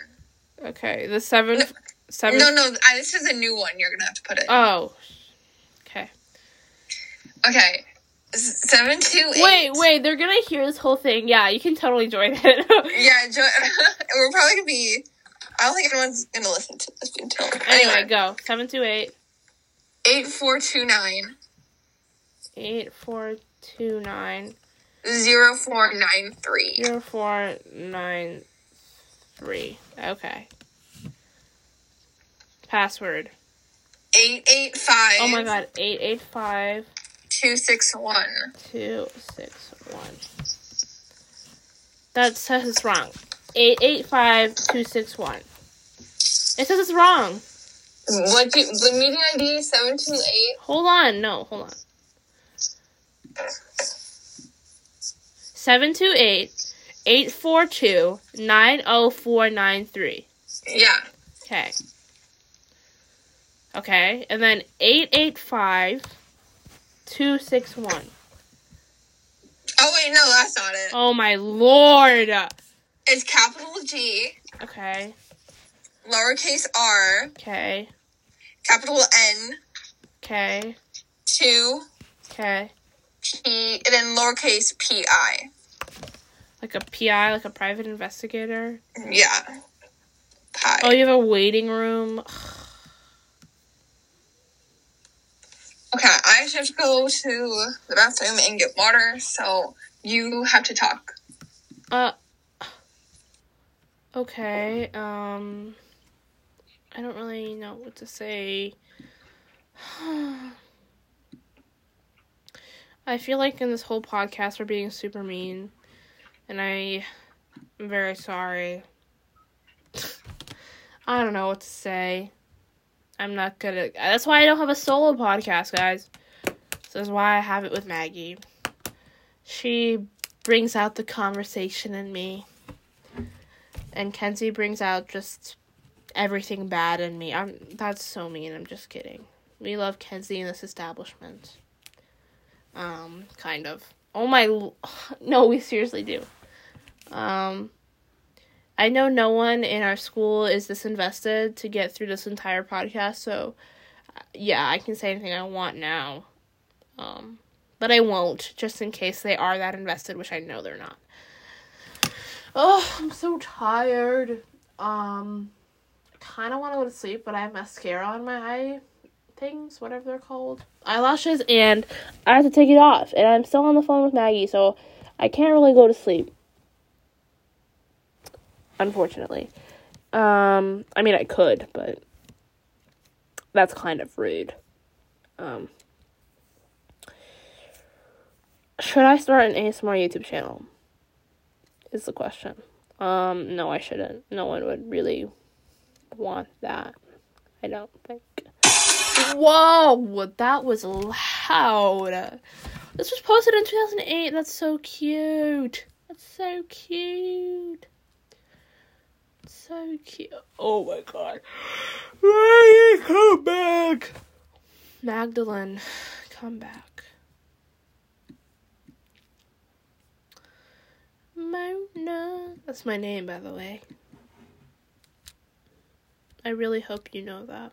Okay, the seventh, seventh.
No, no, I, this is a new one. You're gonna have to put it.
Oh, okay.
Okay, S- seven two eight.
Wait, wait, they're gonna hear this whole thing. Yeah, you can totally join it.
Yeah, jo- we're probably gonna be. I don't think anyone's gonna listen to this until
anyway, go seven two eight
Eight four two nine
eight four two nine
zero four nine three.
zero four nine three. Okay. Password.
Eight eight five.
Oh my god, eight eight five.
Two six one.
two, six, one. That says it's wrong. Eight, eight, five, two, six, one. It says it's wrong.
What do, the meeting ID seven two eight.
Hold on. No, hold on. Seven two eight eight four two nine oh four nine three.
Yeah.
Okay. Okay, and then eight eight five two six one.
Oh wait, no, that's not it.
Oh my lord.
It's capital G,
Okay.
lowercase r,
Okay.
capital N,
Okay.
two
Okay.
p, and then lowercase p i.
like a PI, like a private investigator.
Yeah. Pi.
Oh, you have a waiting room.
Okay, I have to go to the bathroom and get water, so you have to talk.
Uh, okay. Um, I don't really know what to say. I feel like in this whole podcast we're being super mean, and I am very sorry. I don't know what to say. I'm not good at. That's why I don't have a solo podcast, guys. So that's why I have it with Maggie. She brings out the conversation in me. And Kenzie brings out just everything bad in me. I'm that's so mean. I'm just kidding. We love Kenzie in this establishment. Um, kind of. Oh my, l- no, we seriously do. Um, I know no one in our school is this invested to get through this entire podcast. So, uh, yeah, I can say anything I want now. Um, but I won't, just in case they are that invested, which I know they're not. Oh, I'm so tired. Um, kind of want to go to sleep, but I have mascara on my eye things, whatever they're called, eyelashes, and I have to take it off. And I'm still on the phone with Maggie, so I can't really go to sleep. Unfortunately. Um, I mean, I could, but that's kind of rude. Um, should I start an ASMR YouTube channel? Is the question. Um, no, I shouldn't. No one would really want that. I don't think. Whoa, that was loud. This was posted in 2008. That's so cute. That's so cute. So cute. Oh my god. Maggie, come back. Magdalene, come back. Mona. That's my name, by the way. I really hope you know that.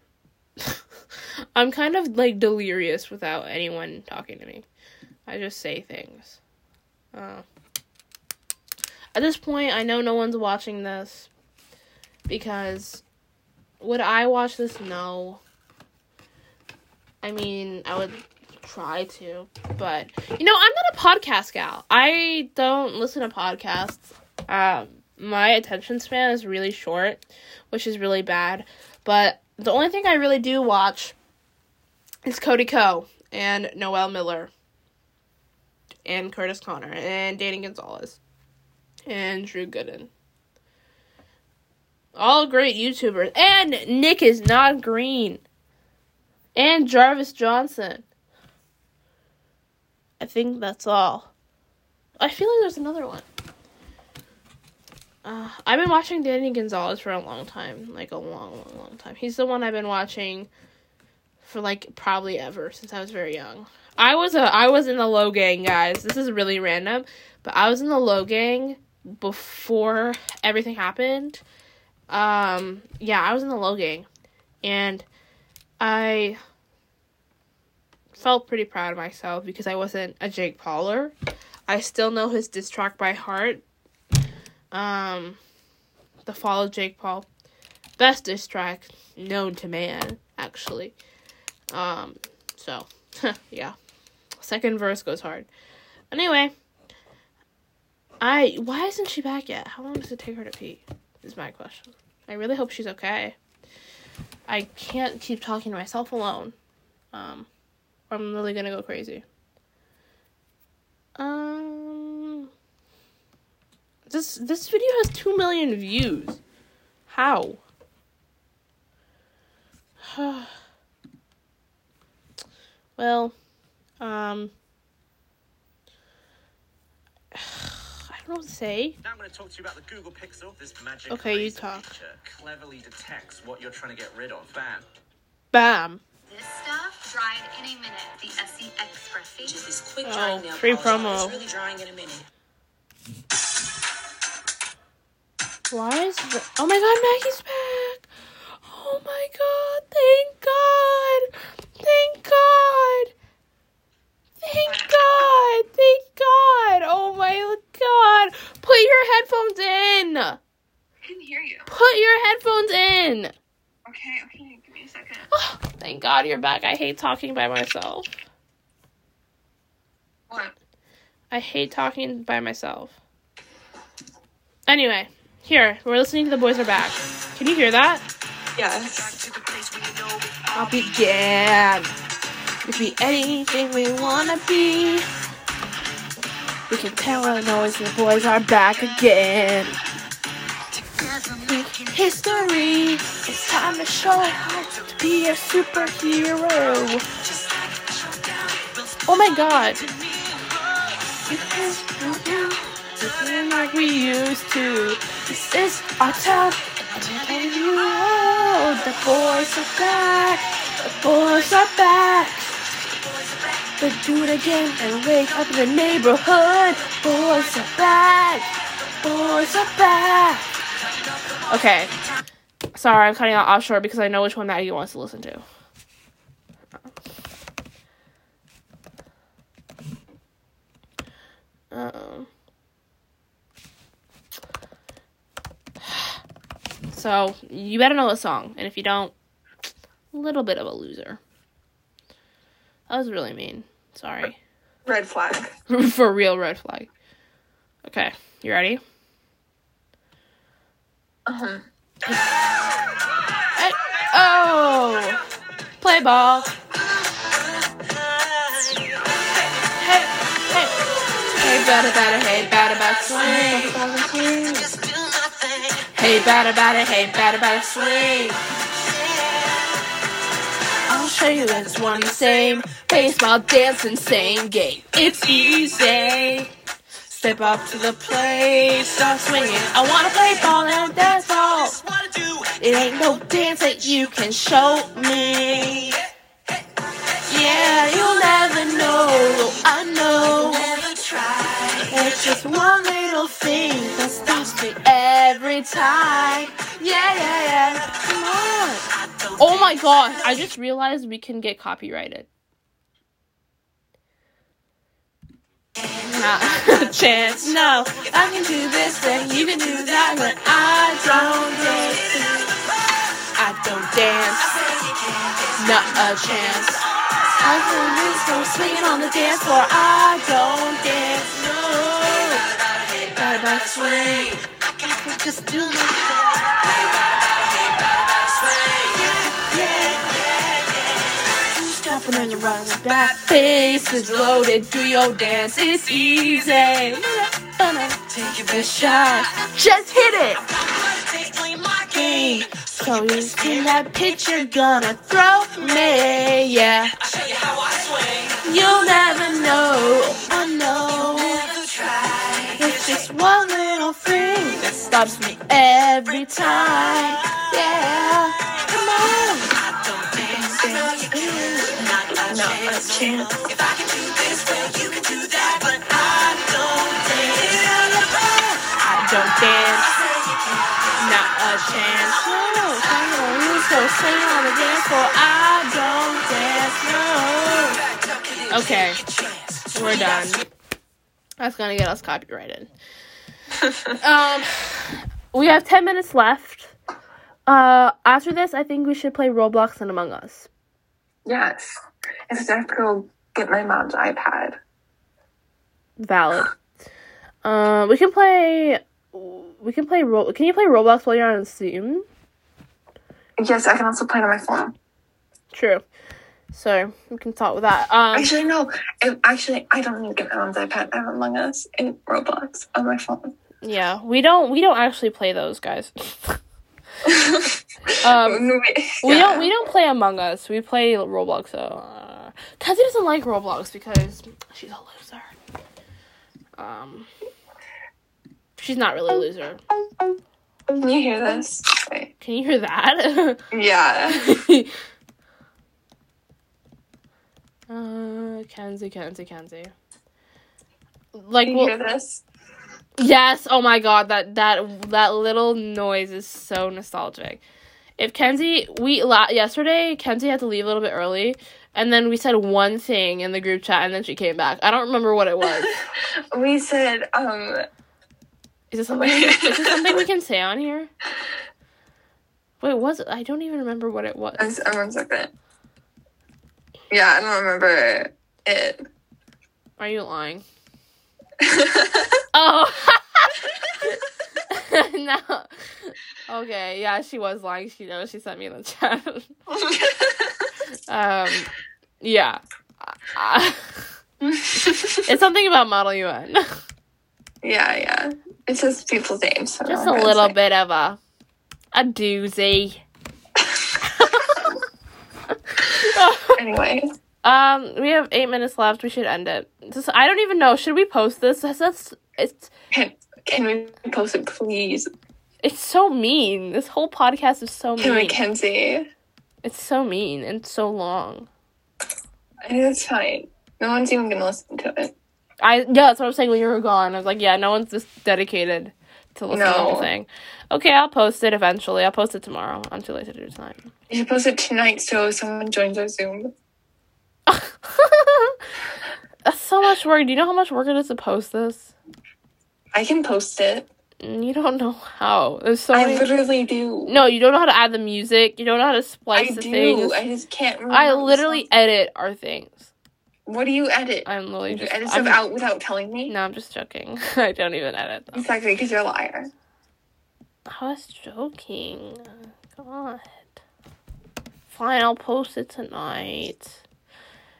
I'm kind of like delirious without anyone talking to me. I just say things. Uh, at this point, I know no one's watching this because would I watch this? No. I mean, I would try to, but you know, I'm not a podcast gal. I don't listen to podcasts. Um, my attention span is really short, which is really bad. But the only thing I really do watch is Cody Ko and Noel Miller and Curtis Connor and Danny Gonzalez and Drew Gooden. All great YouTubers. And Nick is not green. And Jarvis Johnson. I think that's all. I feel like there's another one. Uh, I've been watching Danny Gonzalez for a long time, like a long, long, long time. He's the one I've been watching for like probably ever since I was very young. I was a I was in the Low Gang, guys. This is really random, but I was in the Low Gang before everything happened. Um, yeah, I was in the Low Gang, and I felt pretty proud of myself because I wasn't a Jake Pauler. I still know his diss track by heart. Um, the Fall of Jake Paul, best diss track known to man, actually. Um, so yeah, second verse goes hard. Anyway, I why isn't she back yet? How long does it take her to pee? Is my question. I really hope she's okay. I can't keep talking to myself alone. Um, or I'm really gonna go crazy. Um, this this video has two million views. How? well, um, I don't know what to say.
Now I'm going to talk to you about the Google Pixel. This magic
Okay, you
laser
talk.
feature cleverly detects what you're trying to get rid of. Bam.
Bam.
This stuff dried in a minute. The SE Express feature.
Just this quick
Oh,
drying nail
free
polish.
promo.
It's really drying in a minute.
Why is the- oh my god, Maggie's back! Oh my god, thank god! Thank god! Thank god! Thank god! Oh my god! Put your headphones in!
I can hear you.
Put your headphones in! Oh,
Okay, okay, give me a second.
Thank god you're back. I hate talking by myself.
What?
I hate talking by myself. Anyway, here, we're listening to The Boys Are Back. Can you hear that?
Yes.
I'll begin. We can be anything we wanna be. We can tell our noise the boys are back again. Making history. It's time to show how to be a superhero. Oh my god. Nothing like we used to. This is our time. And you know the boys are back. The boys are back. They do it again and wake up the neighborhood. Boys are back. Boys are back. Okay. Sorry, I'm cutting out offshore because I know which one Maggie wants to listen to. Um. So you better know the song, and if you don't, little bit of a loser. That was really mean. Sorry.
Red flag.
For real red flag. Okay, you ready?
Uh-huh.
Hey- oh, play ball. Hey, hey, hey, bada bada, hey, bada bada, swing, bada, bada, swing. Hey, bada bada, hey, bada bada, swing. I'll show you that it's one and the same. Baseball, dancing, same game. It's easy. Step up to the plate, start swinging. I wanna play ball and dance ball. It ain't no dance that you can show me. Yeah, you'll never know. I know. It's just one little thing that stops me every time. Yeah, yeah, yeah. Come on. Oh my gosh, I just realized we can get copyrighted. Not a chance, no. I can do this and you can do that, but I don't dance. I don't dance. Not a chance. I can do this from swinging on the dance floor. I don't dance, no. Bada bada swing. Just do it. Yeah, yeah, yeah. Stopping on your run with that face is loaded. Do your dance, it's easy. Take your best shot, just hit it game. So you see that pitch you're gonna throw me, yeah. You'll never oh know, I know. It's just one little thing that stops stops me every time. Yeah, come on. I don't dance. Not a chance. No, no, hang on. You so sing on the dance floor. I don't dance. No. Okay, we're done. That's gonna get us copyrighted. um, we have ten minutes left. Uh, after this, I think we should play Roblox and Among Us.
Yes. Instead, I will get my mom's iPad.
Valid. Um, we can play. We can play. Ro- can you play Roblox while you're on Zoom?
Yes, I can also play it on my phone.
True. So we can talk with that. Um,
Actually, no. If, actually, I don't need to get my mom's iPad. I have Among Us and Roblox on my phone.
yeah, we don't. We don't actually play those guys. um, we don't. We don't play Among Us. We play Roblox though. Uh, Kazi doesn't like Roblox because she's a loser. Um, she's not really a loser.
Can you hear this? Wait.
Can you hear that?
Yeah.
uh, Kenzie, Kenzie, Kenzie. Like,
Can you
well-
hear this?
yes. Oh my God, that that that little noise is so nostalgic. If Kenzie, we la- yesterday Kenzie had to leave a little bit early, and then we said one thing in the group chat, and then she came back. I don't remember what it was.
We said, um,
Is this something? is this something we can say on here? Wait, was it? I don't even remember what it was.
I'm, I'm um, one second. Yeah, I don't remember it.
Are you lying? Oh. no. Okay, yeah, she was lying. She knows she sent me in the chat. um, yeah. Uh, it's something about Model UN.
yeah, yeah. It's just people's names. so I
Just a
don't know what
little
to
bit of a a doozy.
say. Anyway,
um, we have eight minutes left. We should end it. This- I don't even know. Should we post this? That's, that's it's
can, can we post it, please?
it's so mean. This whole podcast is so
To
mean.
Mackenzie.
It's so mean and so long.
I think that's fine. No one's even gonna listen to it.
I yeah, that's what I'm saying. When you were gone, I was like, yeah, no one's just dedicated to listening to the whole
No.
thing. Okay, I'll post it eventually. I'll post it tomorrow. I'm too late to do it tonight.
You should post it tonight so someone joins our Zoom.
that's so much work. Do you know how much work it is to post this?
I can post it.
Mm, You don't know how. There's so
I
many.
literally do.
Oh No, you don't know how to add the music. You don't know how to
I
splice the
do.
things.
I just can't. Remember
I
all the
literally
songs.
edit our things.
What do you edit?
I'm literally
you
just.
edit
I'm,
stuff out without telling me.
No, I'm just joking. I don't even edit them.
Exactly, because you're a liar.
I was joking. God. Fine, I'll post it tonight.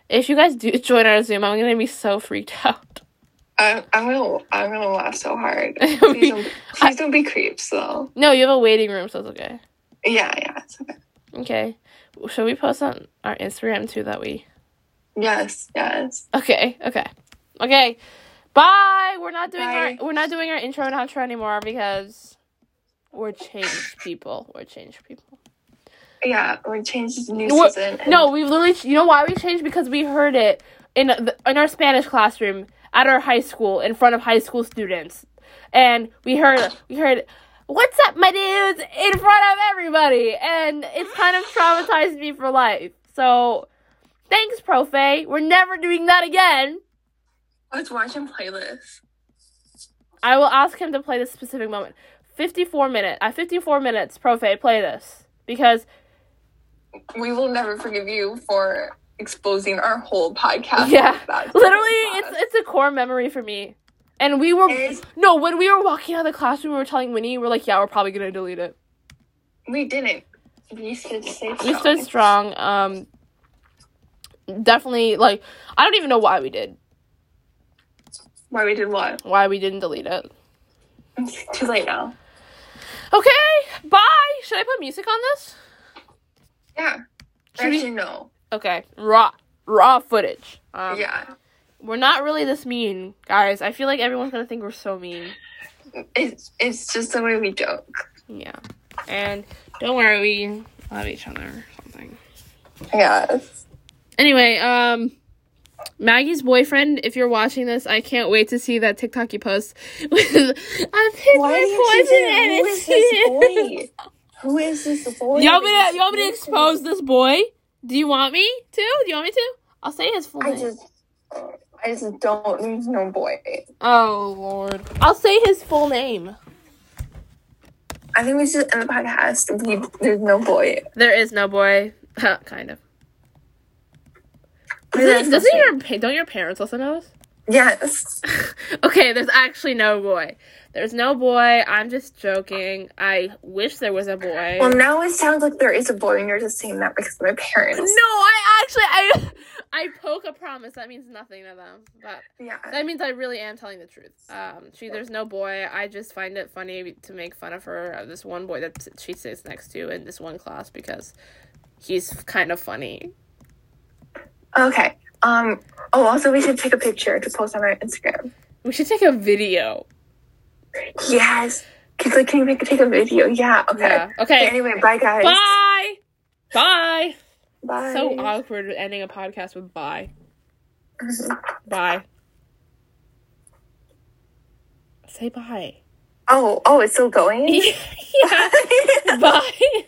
If you guys do join our Zoom, I'm gonna be so freaked out.
I, I'm gonna I'm gonna laugh so hard.
I
Please
mean,
don't,
I-
please don't be creeps though.
No, you have a waiting room, so it's okay.
Yeah, yeah, it's okay.
Okay. Should we post on our Instagram too that we
Yes, yes.
Okay, okay. Okay. Bye. We're not doing
Bye.
our we're not doing our intro and outro anymore because we're changed people. We're changed people.
Yeah, we're changing the new
What-
season. and-
No, we literally. You know why we changed? Because we heard it in the, in our Spanish classroom at our high school in front of high school students, and we heard we heard, "What's up, my dudes?" in front of everybody, and it's kind of traumatized me for life. So, thanks, Profe. We're never doing that again.
let's watch and play this.
I will ask him to play this specific moment. Fifty-four minute at fifty-four minutes, Profe, play this because
We will never forgive you for exposing our whole podcast.
Yeah,
like that.
literally, it's it's a core memory for me. And we were
Is-
no when we were walking out of the classroom, we were telling Winnie, we are like, yeah, we're probably gonna delete it.
we didn't. We stood safe.
We stood strong. Um, definitely, like I don't even know why we did,
Why we did what?
why we didn't delete it.
It's too late now.
Okay, bye. Should I put music on this?
Yeah.
Should we-
Actually, no.
Okay, raw raw footage. Um,
Yeah.
We're not really this mean, guys. I feel like everyone's gonna think we're so mean.
It's it's just the way we joke.
Yeah. And don't worry, we love each other or something.
Yes.
Anyway, um Maggie's boyfriend, if you're watching this, I can't wait to see that TikTok you post with I picked
Why
my
do you
poison
keep
and
saying, who
it's
is this boy? Who is this boy?
You want me to you want me to expose this boy? Do you want me to? Do you want me to? I'll say his full
I
name.
just, I just don't. There's no boy.
Oh lord. I'll say his full name.
I think we should end the podcast. We, there's no boy.
There is no boy. Huh, kind of.
There's
Doesn't, doesn't your pa- don't your parents also know this?
yes.
okay, there's actually no boy. There's no boy. I'm just joking. I wish there was a boy.
Well, now it sounds like there is a boy, and you're just saying that because of my parents.
no, I actually I I poke a promise. That means nothing to them. But
Yeah.
that means I really am telling the truth. Um, she there's no boy. I just find it funny to make fun of her of this one boy that she sits next to in this one class because he's kind of funny.
Okay. Um. Oh, also, we should take a picture to post on our Instagram.
We should take a video.
Yes. Kids, like, can you make take a video? Yeah. Okay.
Yeah. Okay.
Anyway, bye guys.
Bye. Bye.
Bye.
So awkward ending a podcast with bye. Bye. Say bye.
Oh, oh, it's still going.
yeah. Bye.